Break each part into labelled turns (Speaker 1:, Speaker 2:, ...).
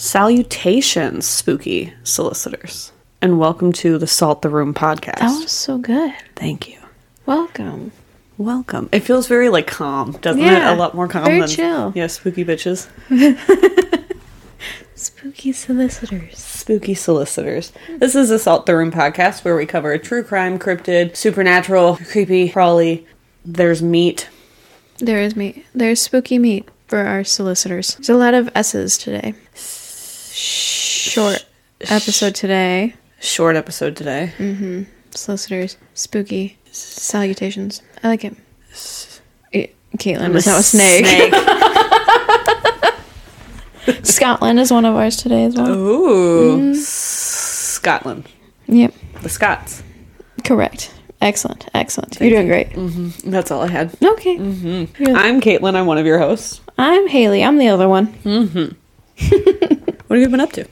Speaker 1: Salutations, spooky solicitors, and welcome to the Salt the Room podcast.
Speaker 2: That was so good.
Speaker 1: Thank you.
Speaker 2: Welcome.
Speaker 1: Welcome. It feels very like calm, doesn't
Speaker 2: Yeah,
Speaker 1: it? A lot more calm
Speaker 2: very
Speaker 1: than
Speaker 2: chill.
Speaker 1: Yeah, spooky bitches,
Speaker 2: Spooky solicitors.
Speaker 1: spooky solicitors. This is the Salt the Room podcast where we cover true crime, cryptid, supernatural, creepy, crawly. There's meat.
Speaker 2: There is meat. There's spooky meat for our solicitors. There's a lot of S's today. Short episode today.
Speaker 1: Short episode today.
Speaker 2: Mm. Solicitors. Spooky. Salutations. I like it. Eh, Caitlin is now a snake. Scotland is one of ours today as well.
Speaker 1: Ooh,
Speaker 2: Mm.
Speaker 1: Scotland.
Speaker 2: Yep.
Speaker 1: The Scots.
Speaker 2: Correct. Excellent. Excellent. You're doing great.
Speaker 1: That's all I had.
Speaker 2: Mm-hmm. Okay. Yeah.
Speaker 1: I'm Caitlin. I'm one of your hosts.
Speaker 2: I'm Haley. I'm the other one.
Speaker 1: What have you been up to?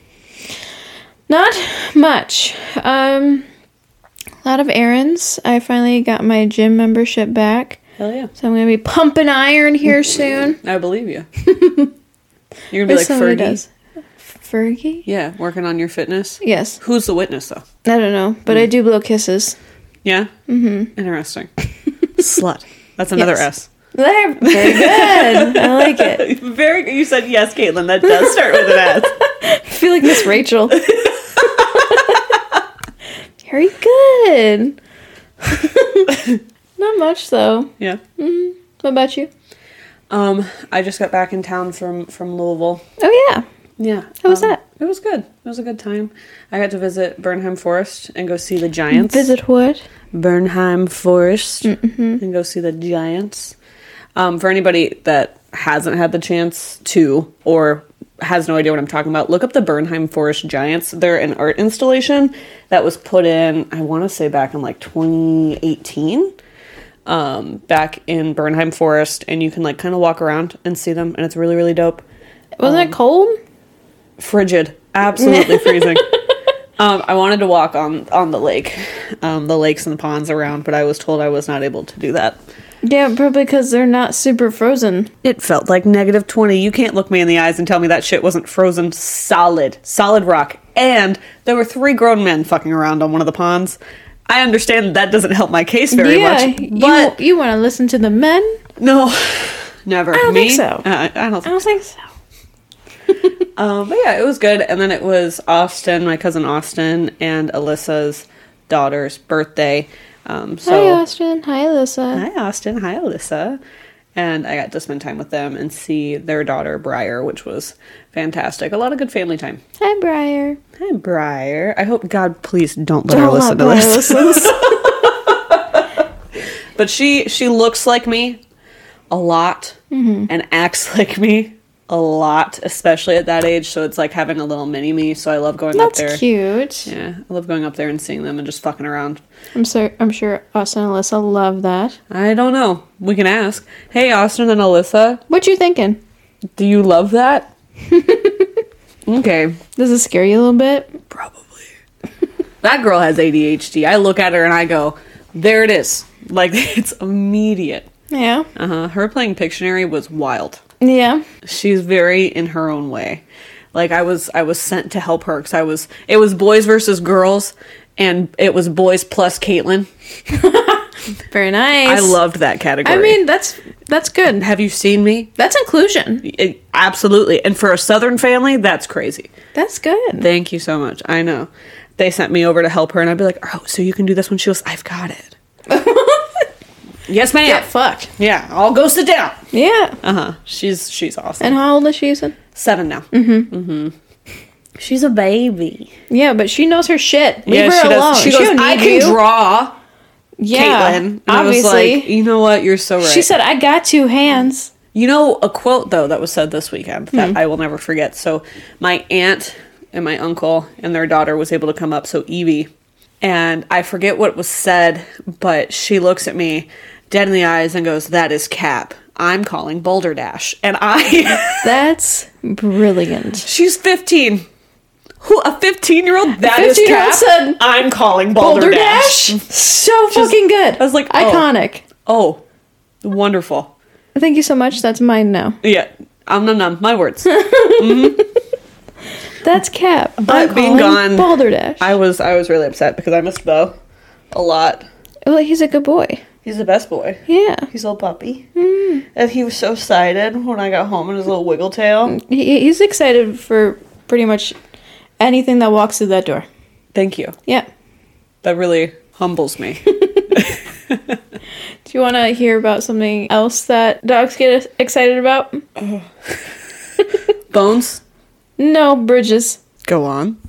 Speaker 2: Not much. Um, a lot of errands. I finally got my gym membership back,
Speaker 1: Hell yeah.
Speaker 2: so I'm gonna be pumping iron here soon.
Speaker 1: I believe you. You're gonna be like
Speaker 2: If somebody
Speaker 1: Fergie.
Speaker 2: does. Fergie?
Speaker 1: Yeah, working on your fitness.
Speaker 2: Yes.
Speaker 1: Who's the witness though?
Speaker 2: I don't know, but I do blow kisses.
Speaker 1: Yeah? Mm-hmm. Interesting. Slut. That's another
Speaker 2: Yes. They're very good. I like it.
Speaker 1: S. Very good. You said yes, Caitlin. That does start with an S.
Speaker 2: I feel like Miss Rachel. very good. Not much though.
Speaker 1: yeah.
Speaker 2: What about you?
Speaker 1: Um, I just got back in town from from Louisville.
Speaker 2: Oh yeah.
Speaker 1: Yeah.
Speaker 2: How was
Speaker 1: um,
Speaker 2: that?
Speaker 1: It was good. It was a good time. I got to visit Burnham Forest and go see the Giants.
Speaker 2: Visit what?
Speaker 1: Bernheim Forest and go see the Giants. Um, for anybody that hasn't had the chance to or has no idea what I'm talking about, look up the Bernheim Forest Giants. They're an art installation that was put in, I want to say back in like 2018, um, back in Bernheim Forest, and you can like kind of walk around and see them, and it's really, really dope
Speaker 2: Wasn't
Speaker 1: Um,
Speaker 2: it cold?
Speaker 1: frigid, absolutely freezing. Um, I wanted to walk on on the lake, um, the lakes and the ponds around, but I was told I was not able to do that.
Speaker 2: Yeah, probably because they're not super frozen.
Speaker 1: It felt like negative twenty. You can't look me in the eyes and tell me that shit wasn't frozen solid, solid rock. And there were three grown men fucking around on one of the ponds. I understand that doesn't help my case very
Speaker 2: yeah,
Speaker 1: much, but
Speaker 2: you, you want to listen to the men?
Speaker 1: no, never.
Speaker 2: don't
Speaker 1: me?
Speaker 2: think so.
Speaker 1: Uh, I don't
Speaker 2: I don't think so.
Speaker 1: Um, but yeah, it was good. And then it was Austin, my cousin Austin, and Alyssa's daughter's birthday. Um, so
Speaker 2: Hi, Austin. Hi, Alyssa.
Speaker 1: hi Austin, hi Alyssa, and I got to spend time with them and see their daughter Briar, which was fantastic. A lot of good family time.
Speaker 2: Hi, Briar.
Speaker 1: Hi Briar. I hope God please don't let her
Speaker 2: Don't
Speaker 1: listen to
Speaker 2: let
Speaker 1: this.
Speaker 2: Briar listen.
Speaker 1: But she she looks like me a lot
Speaker 2: Mm-hmm.
Speaker 1: and acts like me a lot, especially at that age. So it's like having a little mini me. So I love going up there.
Speaker 2: That's cute.
Speaker 1: Yeah, I love going up there and seeing them and just fucking around.
Speaker 2: I'm so I'm sure Austin and Alyssa love that.
Speaker 1: I don't know. We can ask. Hey, Austin and Alyssa,
Speaker 2: What you thinking?
Speaker 1: do you love that? okay,
Speaker 2: Does it scare you a little bit?
Speaker 1: probably. that girl has ADHD. I look at her and I go, there it is. Like, it's immediate.
Speaker 2: Yeah.
Speaker 1: Uh huh. Her playing Pictionary was wild.
Speaker 2: Yeah.
Speaker 1: she's very in her own way like i was i was sent to help her because i was it was boys versus girls and it was boys plus caitlin
Speaker 2: Very
Speaker 1: i
Speaker 2: nice.
Speaker 1: loved that category
Speaker 2: I mean, that's that's good.
Speaker 1: have you seen me
Speaker 2: That's inclusion.
Speaker 1: It- absolutely and for a southern family that's crazy
Speaker 2: That's good.
Speaker 1: thank you so much i know they sent me over to help her and i'd be like oh so you can do this one she goes i've got it yes ma'am
Speaker 2: Get fucked.
Speaker 1: yeah i'll go sit down
Speaker 2: Yeah.
Speaker 1: uh-huh she's she's awesome
Speaker 2: And how old is she? You said.
Speaker 1: seven now mm-hmm mm-hmm she's a baby
Speaker 2: Yeah, but she knows her shit. Leave
Speaker 1: yeah,
Speaker 2: her
Speaker 1: she
Speaker 2: alone.
Speaker 1: Does. She, goes,
Speaker 2: don't
Speaker 1: I
Speaker 2: need
Speaker 1: can
Speaker 2: you."
Speaker 1: draw,
Speaker 2: Yeah,
Speaker 1: Caitlin. And
Speaker 2: obviously.
Speaker 1: I was like, you know what? You're so right.
Speaker 2: She said, "I got two hands."
Speaker 1: you know, a quote though that was said this weekend that I will never forget. So my aunt and my uncle and their daughter was able to come up. So Evie and I forget what was said, but she looks at me dead in the eyes and goes, "That is cap." I'm calling Boulder Dash, and I.
Speaker 2: That's brilliant.
Speaker 1: she's 15. Who a 15 year old? That is
Speaker 2: 15-year-old
Speaker 1: cap.
Speaker 2: said,
Speaker 1: I'm calling Boulder, Dash.
Speaker 2: so fucking good.
Speaker 1: I was like, oh.
Speaker 2: iconic.
Speaker 1: Oh, wonderful.
Speaker 2: Thank you so much. That's mine now.
Speaker 1: Yeah. Um, num num. My words.
Speaker 2: That's Cap.
Speaker 1: But
Speaker 2: I'm
Speaker 1: being gone-
Speaker 2: calling Balderdash.
Speaker 1: I was I was really upset because I missed Bo a lot.
Speaker 2: well, he's a good boy.
Speaker 1: He's the best boy.
Speaker 2: Yeah.
Speaker 1: He's a little puppy. And he was so excited when I got home and his little wiggle tail.
Speaker 2: He, he's excited for pretty much anything that walks through that door.
Speaker 1: Thank you.
Speaker 2: Yeah.
Speaker 1: That really humbles me.
Speaker 2: Do you want to hear about something else that dogs get excited about?
Speaker 1: Bones,
Speaker 2: No, Bridges.
Speaker 1: go on.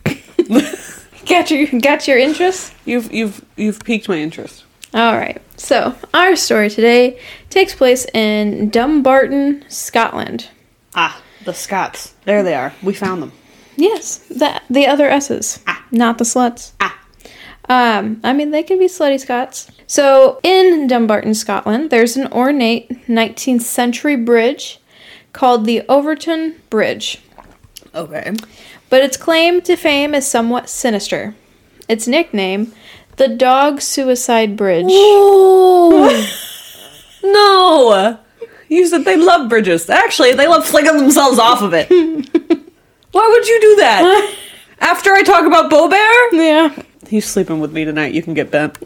Speaker 2: Got your got your interest?
Speaker 1: You've you've you've piqued my interest.
Speaker 2: All right. So, our story today takes place in Dumbarton, Scotland.
Speaker 1: Ah, the Scots. There they are. We found them.
Speaker 2: Yes, that the other S's, not the sluts.
Speaker 1: Ah.
Speaker 2: Um, I mean, they can be slutty Scots. So, in Dumbarton, Scotland, there's an ornate 19th century bridge called the Overton Bridge,
Speaker 1: Okay.
Speaker 2: but its claim to fame is somewhat sinister. Its nickname, the Dog Suicide Bridge.
Speaker 1: Oh! no. You said they love bridges. Actually, they love flinging themselves off of it. Why would you do that? After I talk about Bo Bear?
Speaker 2: Yeah.
Speaker 1: He's sleeping with me tonight. You can get bent.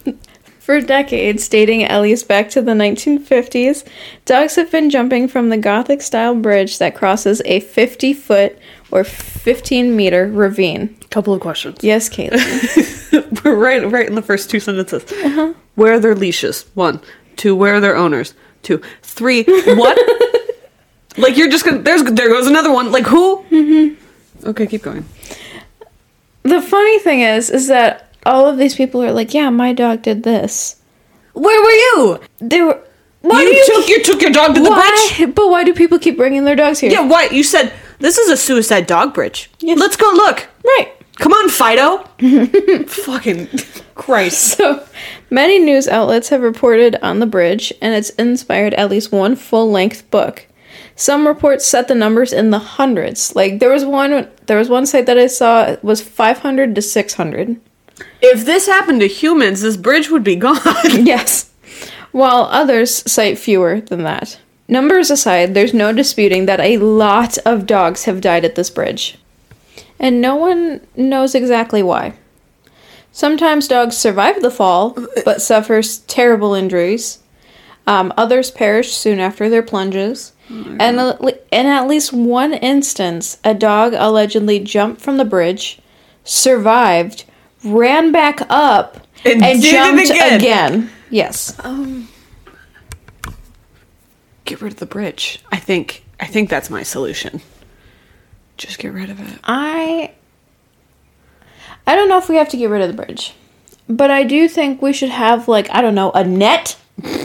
Speaker 2: For decades, dating at least back to the 1950s, dogs have been jumping from the Gothic style bridge that crosses a 50 foot or 15 meter ravine.
Speaker 1: Couple of questions.
Speaker 2: Yes, Caitlin.
Speaker 1: We're right, right in the first two sentences. Where are their leashes? One, two. Where are their owners? Two, three. What? like you're just gonna. There's there goes another one. Like who? Mm-hmm. Okay, keep going.
Speaker 2: the funny thing is, is that all of these people are like, yeah, my dog did this.
Speaker 1: Where were you?
Speaker 2: They were. Why
Speaker 1: you,
Speaker 2: do you
Speaker 1: took
Speaker 2: keep-
Speaker 1: you took your dog to the
Speaker 2: why?
Speaker 1: bridge.
Speaker 2: But why do people keep bringing their dogs here?
Speaker 1: Yeah, why? You said this is a suicide dog bridge.
Speaker 2: Yes.
Speaker 1: Let's go look.
Speaker 2: Right.
Speaker 1: Come on, Fido. Fucking Christ.
Speaker 2: So, many news outlets have reported on the bridge, and it's inspired at least one full length book. Some reports set the numbers in the hundreds. Like there was one, there was one site that I saw was 500 to 600.
Speaker 1: If this happened to humans, this bridge would be gone.
Speaker 2: Yes. While others cite fewer than that. Numbers aside, there's no disputing that a lot of dogs have died at this bridge. And no one knows exactly why. Sometimes dogs survive the fall, but suffer s- terrible injuries. Um, others perish soon after their plunges.
Speaker 1: Oh
Speaker 2: and at le- in at least one instance, a dog allegedly jumped from the bridge, survived, ran back up,
Speaker 1: And
Speaker 2: and,
Speaker 1: did it
Speaker 2: jumped
Speaker 1: again.
Speaker 2: again. Yes.
Speaker 1: get rid of the bridge. I think I think that's my solution. Just get rid of it.
Speaker 2: I I don't know if we have to get rid of the bridge, but I do think we should have like I don't know a net.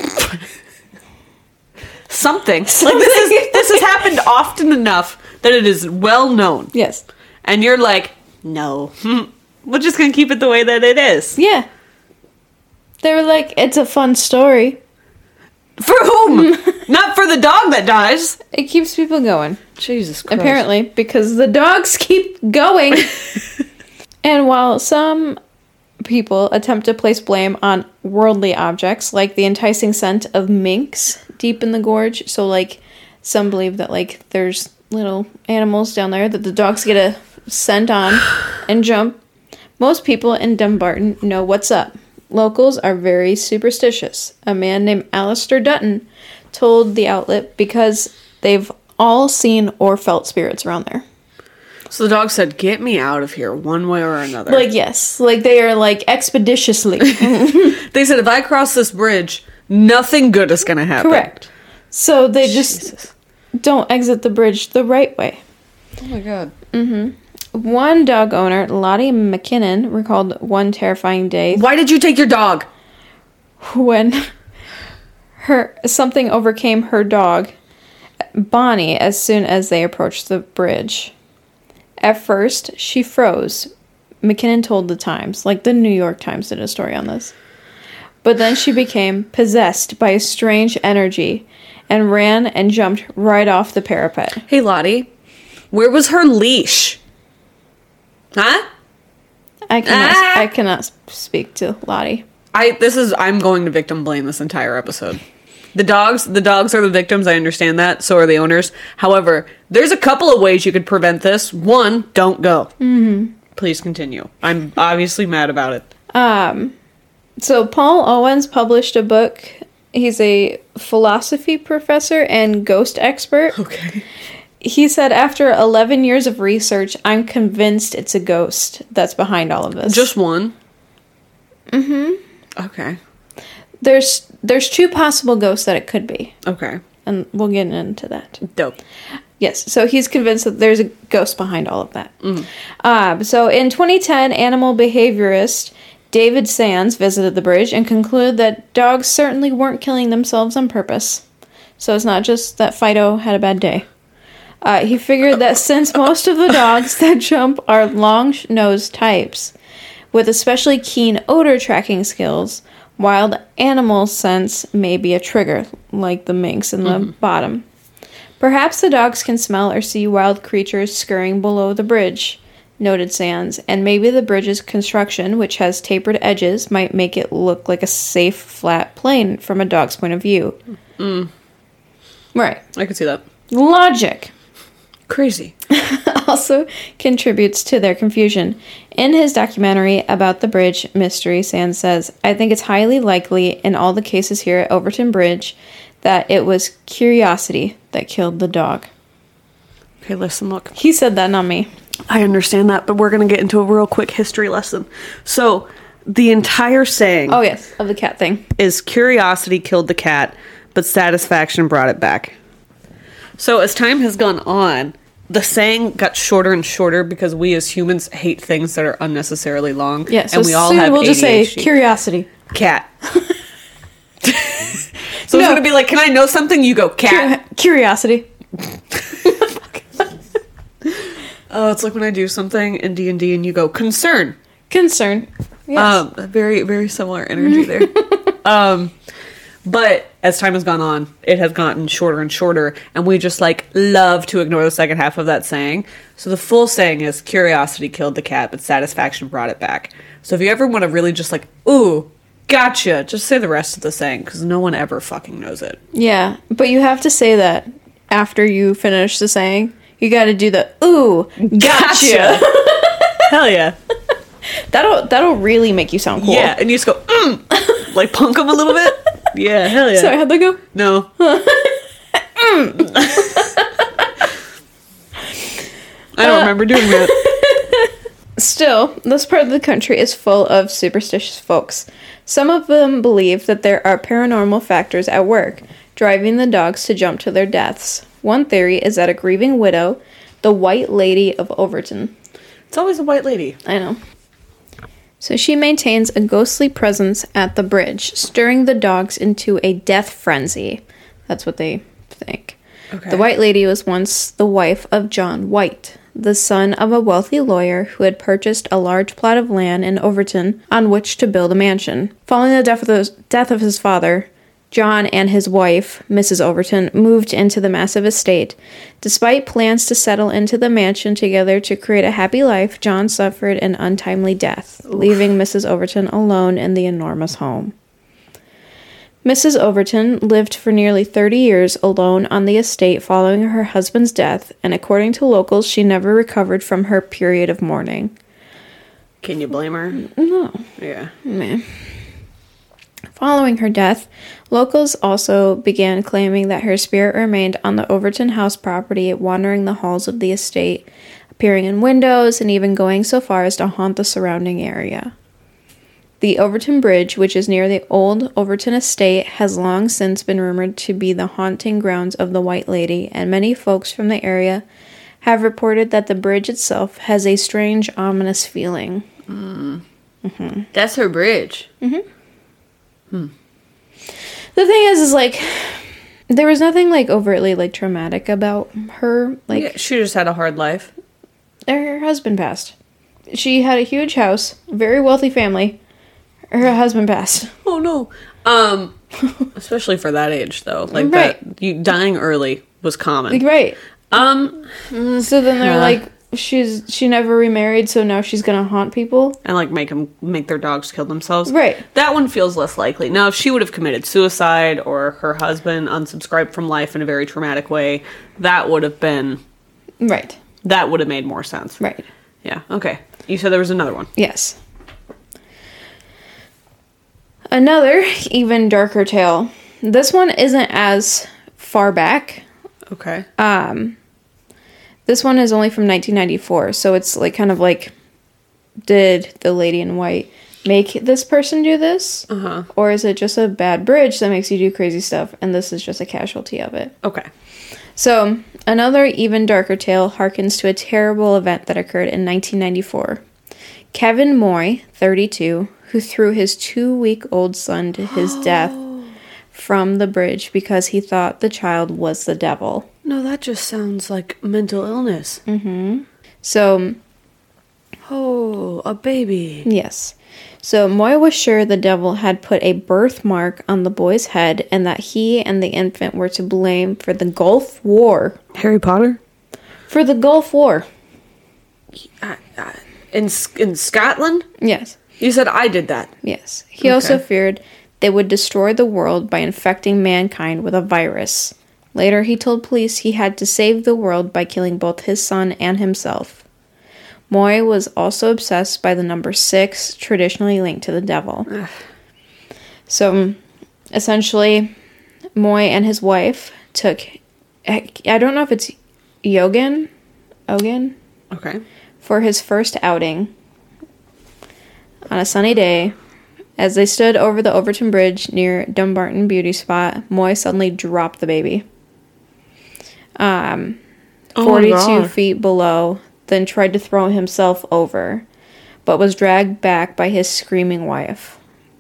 Speaker 1: Something. Like this is this has happened often enough that it is well known.
Speaker 2: Yes.
Speaker 1: And you're like, no. hmm, We're just gonna keep it the way that it is.
Speaker 2: Yeah. They were like, it's a fun story.
Speaker 1: For whom? Not for the dog that dies.
Speaker 2: It keeps people going,
Speaker 1: Jesus Christ.
Speaker 2: apparently, because the dogs keep going. and while some people attempt to place blame on worldly objects, like the enticing scent of minks deep in the gorge, so like some believe that like there's little animals down there that the dogs get a scent on and jump. Most people in Dumbarton know what's up. Locals are very superstitious. A man named Alistair Dutton told the outlet because they've all seen or felt spirits around there.
Speaker 1: So the dog said, Get me out of here one way or another.
Speaker 2: Like yes, like they are like expeditiously
Speaker 1: they said if I cross this bridge, nothing good is gonna happen.
Speaker 2: correct. So they just
Speaker 1: Jesus.
Speaker 2: don't exit the bridge the right way.
Speaker 1: Oh my god.
Speaker 2: One dog owner, Lottie McKinnon, recalled one terrifying day
Speaker 1: Why did you take your dog?
Speaker 2: when her something overcame her dog, Bonnie, as soon as they approached the bridge. At first, she froze. McKinnon told the Times, like the New York Times did a story on this. But then she became possessed by a strange energy and ran and jumped right off the parapet.
Speaker 1: Hey, Lottie, where was her leash? Huh?
Speaker 2: I cannot,
Speaker 1: Ah!
Speaker 2: I cannot speak to Lottie.
Speaker 1: I this is I'm going to victim blame this entire episode. The dogs, the dogs are the victims. I understand that. So are the owners. However, there's a couple of ways you could prevent this. One, don't go. Mm-hmm. Please continue. I'm obviously mad about it.
Speaker 2: So Paul Owens published a book. He's a philosophy professor and ghost expert.
Speaker 1: Okay.
Speaker 2: He said after 11 years of research, I'm convinced it's a ghost that's behind all of this.
Speaker 1: Just one. Mm-hmm. Okay.
Speaker 2: there's there's two possible ghosts that it could be,
Speaker 1: Okay.
Speaker 2: and we'll get into that.
Speaker 1: Dope.
Speaker 2: Yes, so he's convinced that there's a ghost behind all of that. Um, so in 2010, animal behaviorist David Sands visited the bridge and concluded that dogs certainly weren't killing themselves on purpose. So it's not just that Fido had a bad day. Uh, he figured that since most of the dogs that jump are long nosed types with especially keen odor tracking skills, wild animal sense may be a trigger, like the minks in the bottom. Perhaps the dogs can smell or see wild creatures scurrying below the bridge, noted Sands, and maybe the bridge's construction, which has tapered edges, might make it look like a safe, flat plane from a dog's point of view. Right.
Speaker 1: I could see that.
Speaker 2: Logic
Speaker 1: Crazy.
Speaker 2: also contributes to their confusion. In his documentary about the bridge mystery, Sands says, I think it's highly likely in all the cases here at Overton Bridge that it was curiosity that killed the dog.
Speaker 1: Okay, listen, look.
Speaker 2: He said that, not me.
Speaker 1: I understand that, but we're going to get into a real quick history lesson. So, the entire saying
Speaker 2: Oh, yes, of the cat thing.
Speaker 1: is curiosity killed the cat, but satisfaction brought it back. So, as time has gone on, the saying got shorter and shorter because we as humans hate things that are unnecessarily long.
Speaker 2: Yes,
Speaker 1: and we all
Speaker 2: soon
Speaker 1: have
Speaker 2: we'll just say
Speaker 1: ADHD.
Speaker 2: curiosity.
Speaker 1: cat. so it's
Speaker 2: No.
Speaker 1: going to be like, can I know something? You go, cat.
Speaker 2: Curiosity.
Speaker 1: Oh, it's like when I do something in D&D and you go, concern.
Speaker 2: Concern. Yes.
Speaker 1: Um, very, very similar energy there. um, but as time has gone on, it has gotten shorter and shorter, and we just like love to ignore the second half of that saying. So the full saying is curiosity killed the cat, but satisfaction brought it back. So if you ever want to really just like, ooh, gotcha, just say the rest of the saying because no one ever fucking knows it.
Speaker 2: yeah, but you have to say that after you finish the saying. You got to do the ooh, gotcha.
Speaker 1: Hell yeah.
Speaker 2: that'll that'll really make you sound cool.
Speaker 1: Yeah. And you just go, mm, like punk them a little bit. Yeah, hell yeah.
Speaker 2: So I had to go.
Speaker 1: No. I don't remember doing that.
Speaker 2: Still, this part of the country is full of superstitious folks. Some of them believe that there are paranormal factors at work, driving the dogs to jump to their deaths. One theory is that a grieving widow, the White Lady of Overton,
Speaker 1: It's always a white lady.
Speaker 2: I know. So she maintains a ghostly presence at the bridge, stirring the dogs into a death frenzy. That's what they think.
Speaker 1: Okay.
Speaker 2: The White Lady was once the wife of John White, the son of a wealthy lawyer who had purchased a large plot of land in Overton on which to build a mansion. Following the death of, those, death of his father, John and his wife, Mrs. Overton, moved into the massive estate. Despite plans to settle into the mansion together to create a happy life, John suffered an untimely death, leaving Mrs. Overton alone in the enormous home. Mrs. Overton lived for nearly 30 years alone on the estate following her husband's death, and according to locals, she never recovered from her period of mourning.
Speaker 1: Can you blame her? Yeah.
Speaker 2: Following her death, locals also began claiming that her spirit remained on the Overton House property, wandering the halls of the estate, appearing in windows, and even going so far as to haunt the surrounding area. The Overton Bridge, which is near the old Overton estate, has long since been rumored to be the haunting grounds of the White Lady, and many folks from the area have reported that the bridge itself has a strange, ominous feeling.
Speaker 1: That's her bridge.
Speaker 2: the thing is is like there was nothing like overtly like traumatic about her like
Speaker 1: Yeah, she just had a hard life.
Speaker 2: her husband passed she had a huge house very wealthy family her husband passed
Speaker 1: Oh no. Um especially for that age though. Like
Speaker 2: Right.
Speaker 1: that you dying early was common.
Speaker 2: like right
Speaker 1: Um
Speaker 2: so then they're
Speaker 1: Huh.
Speaker 2: like she's she never remarried, so now she's gonna haunt people.
Speaker 1: and like make them make their dogs kill themselves.
Speaker 2: Right.
Speaker 1: That one feels less likely. Now, if she would have committed suicide or her husband unsubscribed from life in a very traumatic way, that would have been
Speaker 2: Right.
Speaker 1: that would have made more sense.
Speaker 2: Right.
Speaker 1: Yeah. Okay. You said there was another one.
Speaker 2: Yes. Another even darker tale. This one isn't as far back.
Speaker 1: Okay.
Speaker 2: This one is only from 1994, so it's like kind of like did the lady in white make this person do this?
Speaker 1: Uh-huh.
Speaker 2: Or is it just a bad bridge that makes you do crazy stuff and this is just a casualty of it?
Speaker 1: okay.
Speaker 2: So, another even darker tale harkens to a terrible event that occurred in 1994. Kevin Moy, 32, who threw his two week old son to his death from the bridge because he thought the child was the devil.
Speaker 1: No, that just sounds like mental illness.
Speaker 2: So,
Speaker 1: Oh, a baby.
Speaker 2: Yes. So Moy was sure the devil had put a birthmark on the boy's head and that he and the infant were to blame for the Gulf War.
Speaker 1: Harry Potter.
Speaker 2: For the Gulf War.
Speaker 1: Uh, In S- in Scotland,
Speaker 2: Yes.
Speaker 1: you said I did that.
Speaker 2: Yes. He also feared they would destroy the world by infecting mankind with a virus. Later, he told police he had to save the world by killing both his son and himself. Moy was also obsessed by the number six, traditionally linked to the devil. so, mm, essentially, Moy and his wife took. I I don't know if it's Yogan, Ogan,
Speaker 1: Okay.
Speaker 2: for his first outing on a sunny day. As they stood over the Overton Bridge near Dumbarton Beauty Spot, Moy suddenly dropped the baby.
Speaker 1: Oh my
Speaker 2: 42
Speaker 1: God.
Speaker 2: feet below, then tried to throw himself over, but was dragged back by his screaming wife.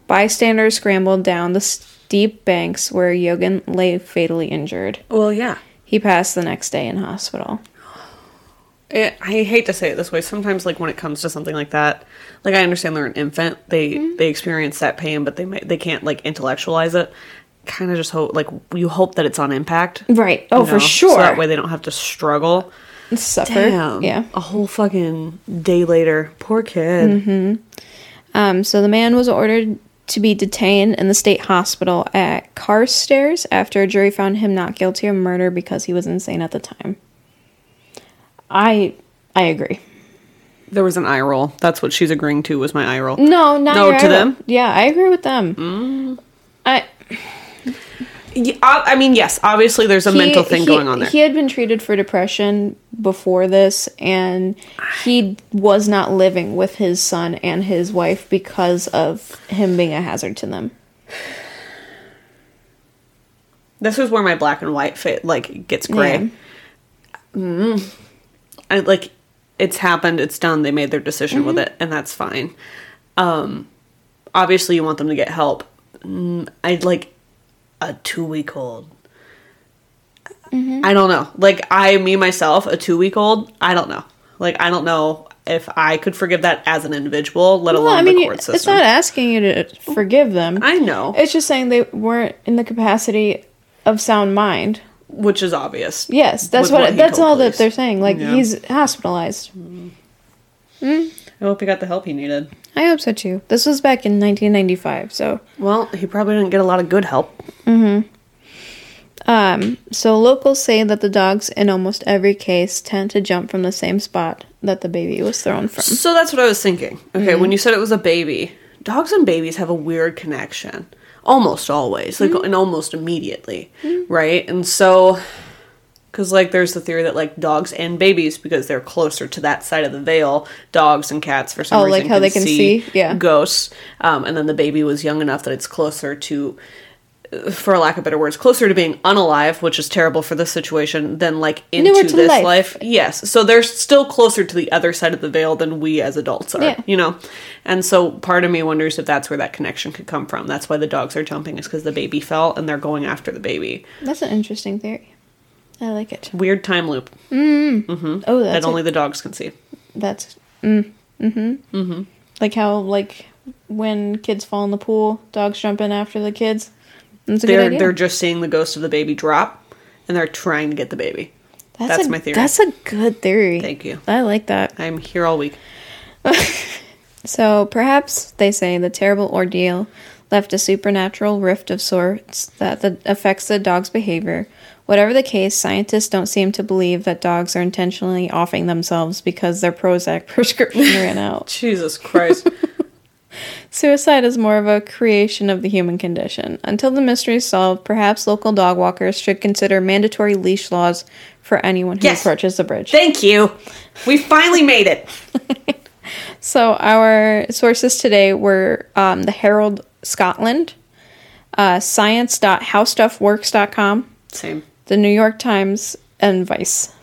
Speaker 2: Bystanders scrambled down the steep banks where Yogan lay fatally injured.
Speaker 1: Well, yeah.
Speaker 2: He passed the next day in hospital.
Speaker 1: It, Eh, I hate to say it this way. Sometimes, like when it comes to something like that, like I understand they're an infant, they they experience that pain, but they may, they can't like intellectualize it. Kind of just hope, like you hope that it's on impact.
Speaker 2: Right. Oh,
Speaker 1: you know,
Speaker 2: for sure.
Speaker 1: So that way they don't have to struggle.
Speaker 2: Suffer.
Speaker 1: Damn.
Speaker 2: Yeah.
Speaker 1: A whole fucking day later, poor kid.
Speaker 2: Mm-hmm. Um, so the man was ordered to be detained in the state hospital at Carstairs after a jury found him not guilty of murder because he was insane at the time. I I agree.
Speaker 1: There was an eye roll. That's what she's agreeing to. Was my eye roll?
Speaker 2: No, not
Speaker 1: No,
Speaker 2: your
Speaker 1: to
Speaker 2: idol.
Speaker 1: them? Mm.
Speaker 2: Yeah, I agree with them. I
Speaker 1: Y- I I mean, yes. Obviously, there's a
Speaker 2: he-
Speaker 1: mental thing
Speaker 2: he-
Speaker 1: going on there.
Speaker 2: He had been treated for depression before this, and he was not living with his son and his wife because of him being a hazard to them.
Speaker 1: this is where my black and white fit like gets gray.
Speaker 2: Yeah.
Speaker 1: Mm. I like it's happened, it's done, they made their decision with
Speaker 2: Mm-hmm.
Speaker 1: it, and that's fine. Um obviously you want them to get help. Mm, I'd like a two week old.
Speaker 2: Mm-hmm.
Speaker 1: I don't know. Like I me myself, a two week old, I don't know. Like I don't know if I could forgive that as an individual, let
Speaker 2: Well,
Speaker 1: alone
Speaker 2: I mean,
Speaker 1: the
Speaker 2: you-
Speaker 1: court
Speaker 2: it's
Speaker 1: system.
Speaker 2: not asking you to forgive them.
Speaker 1: I know,
Speaker 2: It's just saying they weren't in the capacity of sound mind.
Speaker 1: which is obvious.
Speaker 2: Yes, that's
Speaker 1: With
Speaker 2: what,
Speaker 1: what he
Speaker 2: that's
Speaker 1: told
Speaker 2: all
Speaker 1: police.
Speaker 2: that they're saying. Like
Speaker 1: Yeah.
Speaker 2: he's hospitalized.
Speaker 1: I hope he got the help he needed.
Speaker 2: I hope so too. This was back in 1995, so
Speaker 1: Well, he probably didn't get a lot of good help.
Speaker 2: um so locals say that the dogs in almost every case tend to jump from the same spot that the baby was thrown from.
Speaker 1: So that's what I was thinking. Okay, when you said it was a baby, dogs and babies have a weird connection. Almost always, like, and almost immediately, right? And so, because, like, there's the theory that, like, dogs and babies, because they're closer to that side of the veil, dogs and cats, for some
Speaker 2: Oh,
Speaker 1: reason,
Speaker 2: like how they can see? Yeah.
Speaker 1: ghosts. Um, and then the baby was young enough that it's closer to, for lack of better words, closer to being unalive, which is terrible for this situation, than, like, into
Speaker 2: Newer to
Speaker 1: this
Speaker 2: life.
Speaker 1: life. Yes. So they're still closer to the other side of the veil than we as adults are,
Speaker 2: Yeah.
Speaker 1: you know? And so part of me wonders if that's where that connection could come from. That's why the dogs are jumping, is because the baby fell and they're going after the baby.
Speaker 2: That's an interesting theory. I like it.
Speaker 1: Weird time loop
Speaker 2: Oh, that's
Speaker 1: Hmm? that
Speaker 2: a-
Speaker 1: only the dogs can see.
Speaker 2: That's mm, mm-hmm. Mm-hmm. Like how like when kids fall in the pool, dogs jump in after the kids. That's a good
Speaker 1: They're,
Speaker 2: idea.
Speaker 1: they're just seeing the ghost of the baby drop and they're trying to get the baby. That's
Speaker 2: a,
Speaker 1: my theory.
Speaker 2: That's a good theory.
Speaker 1: Thank you.
Speaker 2: I like that.
Speaker 1: I'm here all week.
Speaker 2: So perhaps they say the terrible ordeal left a supernatural rift of sorts that the, affects the dog's behavior. Whatever the case, scientists don't seem to believe that dogs are intentionally offing themselves because their Prozac prescription ran out.
Speaker 1: Jesus Christ.
Speaker 2: Suicide is more of a creation of the human condition. Until the mystery is solved, perhaps local dog walkers should consider mandatory leash laws for anyone who
Speaker 1: Yes.
Speaker 2: approaches the bridge.
Speaker 1: Thank you. We finally made it.
Speaker 2: So our sources today were um, the Herald Scotland, uh, science.howstuffworks.com,
Speaker 1: Same.
Speaker 2: the New York Times, and Vice.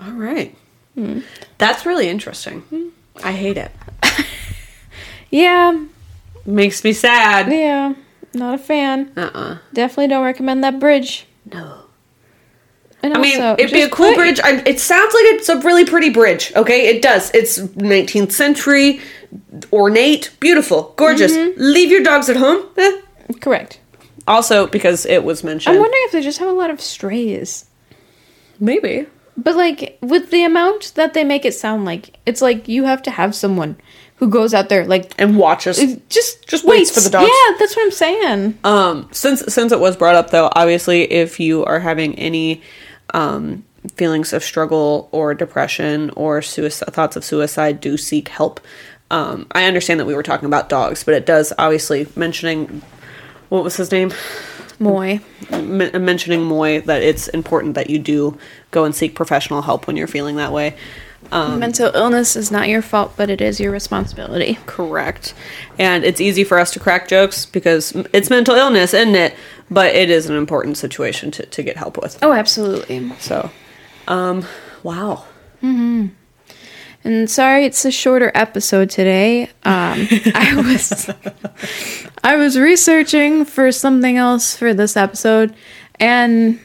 Speaker 1: All right.
Speaker 2: Hmm.
Speaker 1: That's really interesting. I hate it.
Speaker 2: Yeah,
Speaker 1: Makes me sad.
Speaker 2: yeah, not a fan.
Speaker 1: Uh uh
Speaker 2: Definitely don't recommend that bridge.
Speaker 1: No.
Speaker 2: And
Speaker 1: I mean,
Speaker 2: also,
Speaker 1: it'd be a
Speaker 2: just
Speaker 1: cool
Speaker 2: put-
Speaker 1: bridge. I, it sounds like it's a really pretty bridge. Okay, it does. It's 19th century, ornate, beautiful, gorgeous.
Speaker 2: Mm-hmm.
Speaker 1: Leave your dogs at home. Eh.
Speaker 2: Correct.
Speaker 1: Also, because it was mentioned,
Speaker 2: I'm wondering if they just have a lot of strays.
Speaker 1: maybe
Speaker 2: But like with the amount that they make it sound like, it's like you have to have someone who goes out there like
Speaker 1: and watch us.
Speaker 2: just
Speaker 1: Just waits for the dogs.
Speaker 2: Yeah, that's what I'm saying.
Speaker 1: Um, since since it was brought up though, obviously, if you are having any um, feelings of struggle or depression or suicide, thoughts of suicide, do seek help. Um, I understand that we were talking about dogs, but it does obviously mentioning what was his name
Speaker 2: Moy.
Speaker 1: M- mentioning Moy that it's important that you do go and seek professional help when you're feeling that way.
Speaker 2: Mental illness is not your fault, but it is your responsibility.
Speaker 1: Correct. And it's easy for us to crack jokes because it's mental illness, isn't it? But it is an important situation to, to get help with.
Speaker 2: Oh, absolutely.
Speaker 1: So, um, wow.
Speaker 2: And sorry, it's a shorter episode today. Um, I was I was researching for something else for this episode, and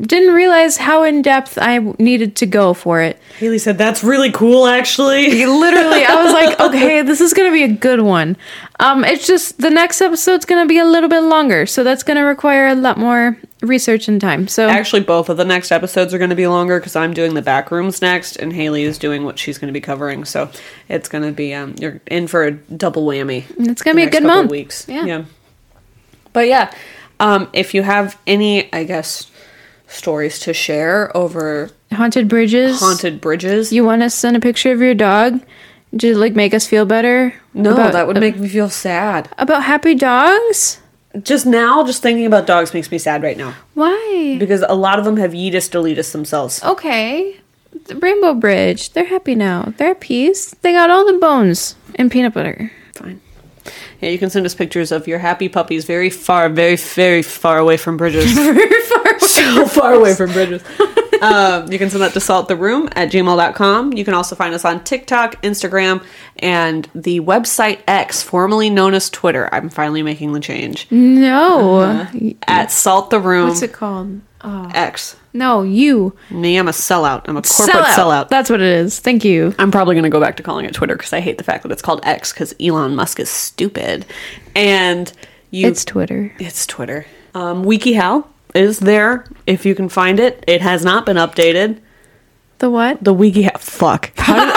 Speaker 2: didn't realize how in depth I needed to go for it.
Speaker 1: Haley said, that's really cool, actually.
Speaker 2: literally i was like okay this is gonna be a good one um it's just the next episode's gonna be a little bit longer so that's gonna require a lot more research and time so
Speaker 1: Actually, both of the next episodes are going to be longer because I'm doing the back rooms next, and Haley is doing what she's going to be covering. So it's going to be um, you're in for a double whammy.
Speaker 2: it's gonna be a
Speaker 1: next
Speaker 2: good
Speaker 1: couple
Speaker 2: month
Speaker 1: Weeks,
Speaker 2: yeah,
Speaker 1: But yeah, um, if you have any, I guess, stories to share over
Speaker 2: haunted bridges
Speaker 1: haunted bridges,
Speaker 2: you want to send a picture of your dog to like make us feel better
Speaker 1: no,
Speaker 2: about,
Speaker 1: that would make me feel sad.
Speaker 2: about happy dogs
Speaker 1: Just now, just thinking about dogs makes me sad right now
Speaker 2: why
Speaker 1: because a lot of them have yeetus deletus themselves.
Speaker 2: okay The rainbow bridge they're happy now they're at peace they got all the bones and peanut butter
Speaker 1: Fine. Yeah, you can send us pictures of your happy puppies very far, very, very far away from bridges.
Speaker 2: very far away
Speaker 1: so far away from bridges. um, you can send that to salttheroom at gmail.com. You can also find us on TikTok, Instagram, and the website X, formerly known as Twitter. I'm finally making the change.
Speaker 2: no
Speaker 1: At Salt the Room
Speaker 2: Mm-hmm. What's it called? Oh.
Speaker 1: X.
Speaker 2: No, you.
Speaker 1: Me, I'm a sellout. I'm a corporate sellout.
Speaker 2: That's what it is. Thank you.
Speaker 1: I'm probably going to go back to calling it Twitter because I hate the fact that it's called X because Elon Musk is stupid. And you
Speaker 2: It's Twitter.
Speaker 1: It's Twitter. Um, WikiHow is there if you can find it. It has not been updated.
Speaker 2: The what?
Speaker 1: The WikiHow. Fuck. How did,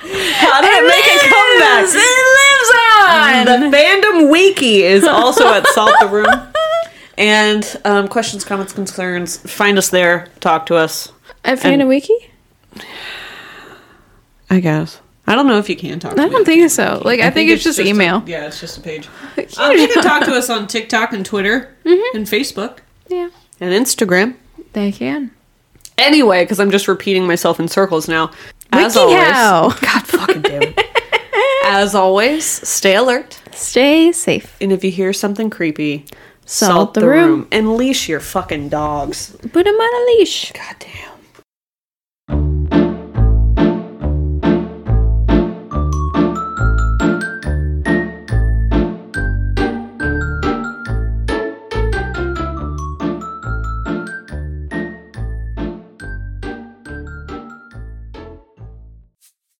Speaker 1: How did it,
Speaker 2: lives!
Speaker 1: make
Speaker 2: It lives on!
Speaker 1: a comeback? The fandom wiki is also at Salt the Room. And um, questions, comments, concerns, find us there. Talk to us.
Speaker 2: At Fanawiki?
Speaker 1: I guess. I don't know if you can talk. to
Speaker 2: I
Speaker 1: me.
Speaker 2: don't think so. Like, I, think, it's, just,
Speaker 1: a-
Speaker 2: email.
Speaker 1: yeah, it's just a page. Um, you can talk to us on TikTok and Twitter and Facebook
Speaker 2: yeah.
Speaker 1: Mm-hmm. and Instagram.
Speaker 2: They can.
Speaker 1: Anyway, because I'm just repeating myself in circles now. As
Speaker 2: WikiHow.
Speaker 1: always, God fucking damn it. As always, stay alert.
Speaker 2: Stay safe.
Speaker 1: And if you hear something creepy,
Speaker 2: Salt the room.
Speaker 1: And leash your fucking dogs.
Speaker 2: Put them on a leash.
Speaker 1: God damn.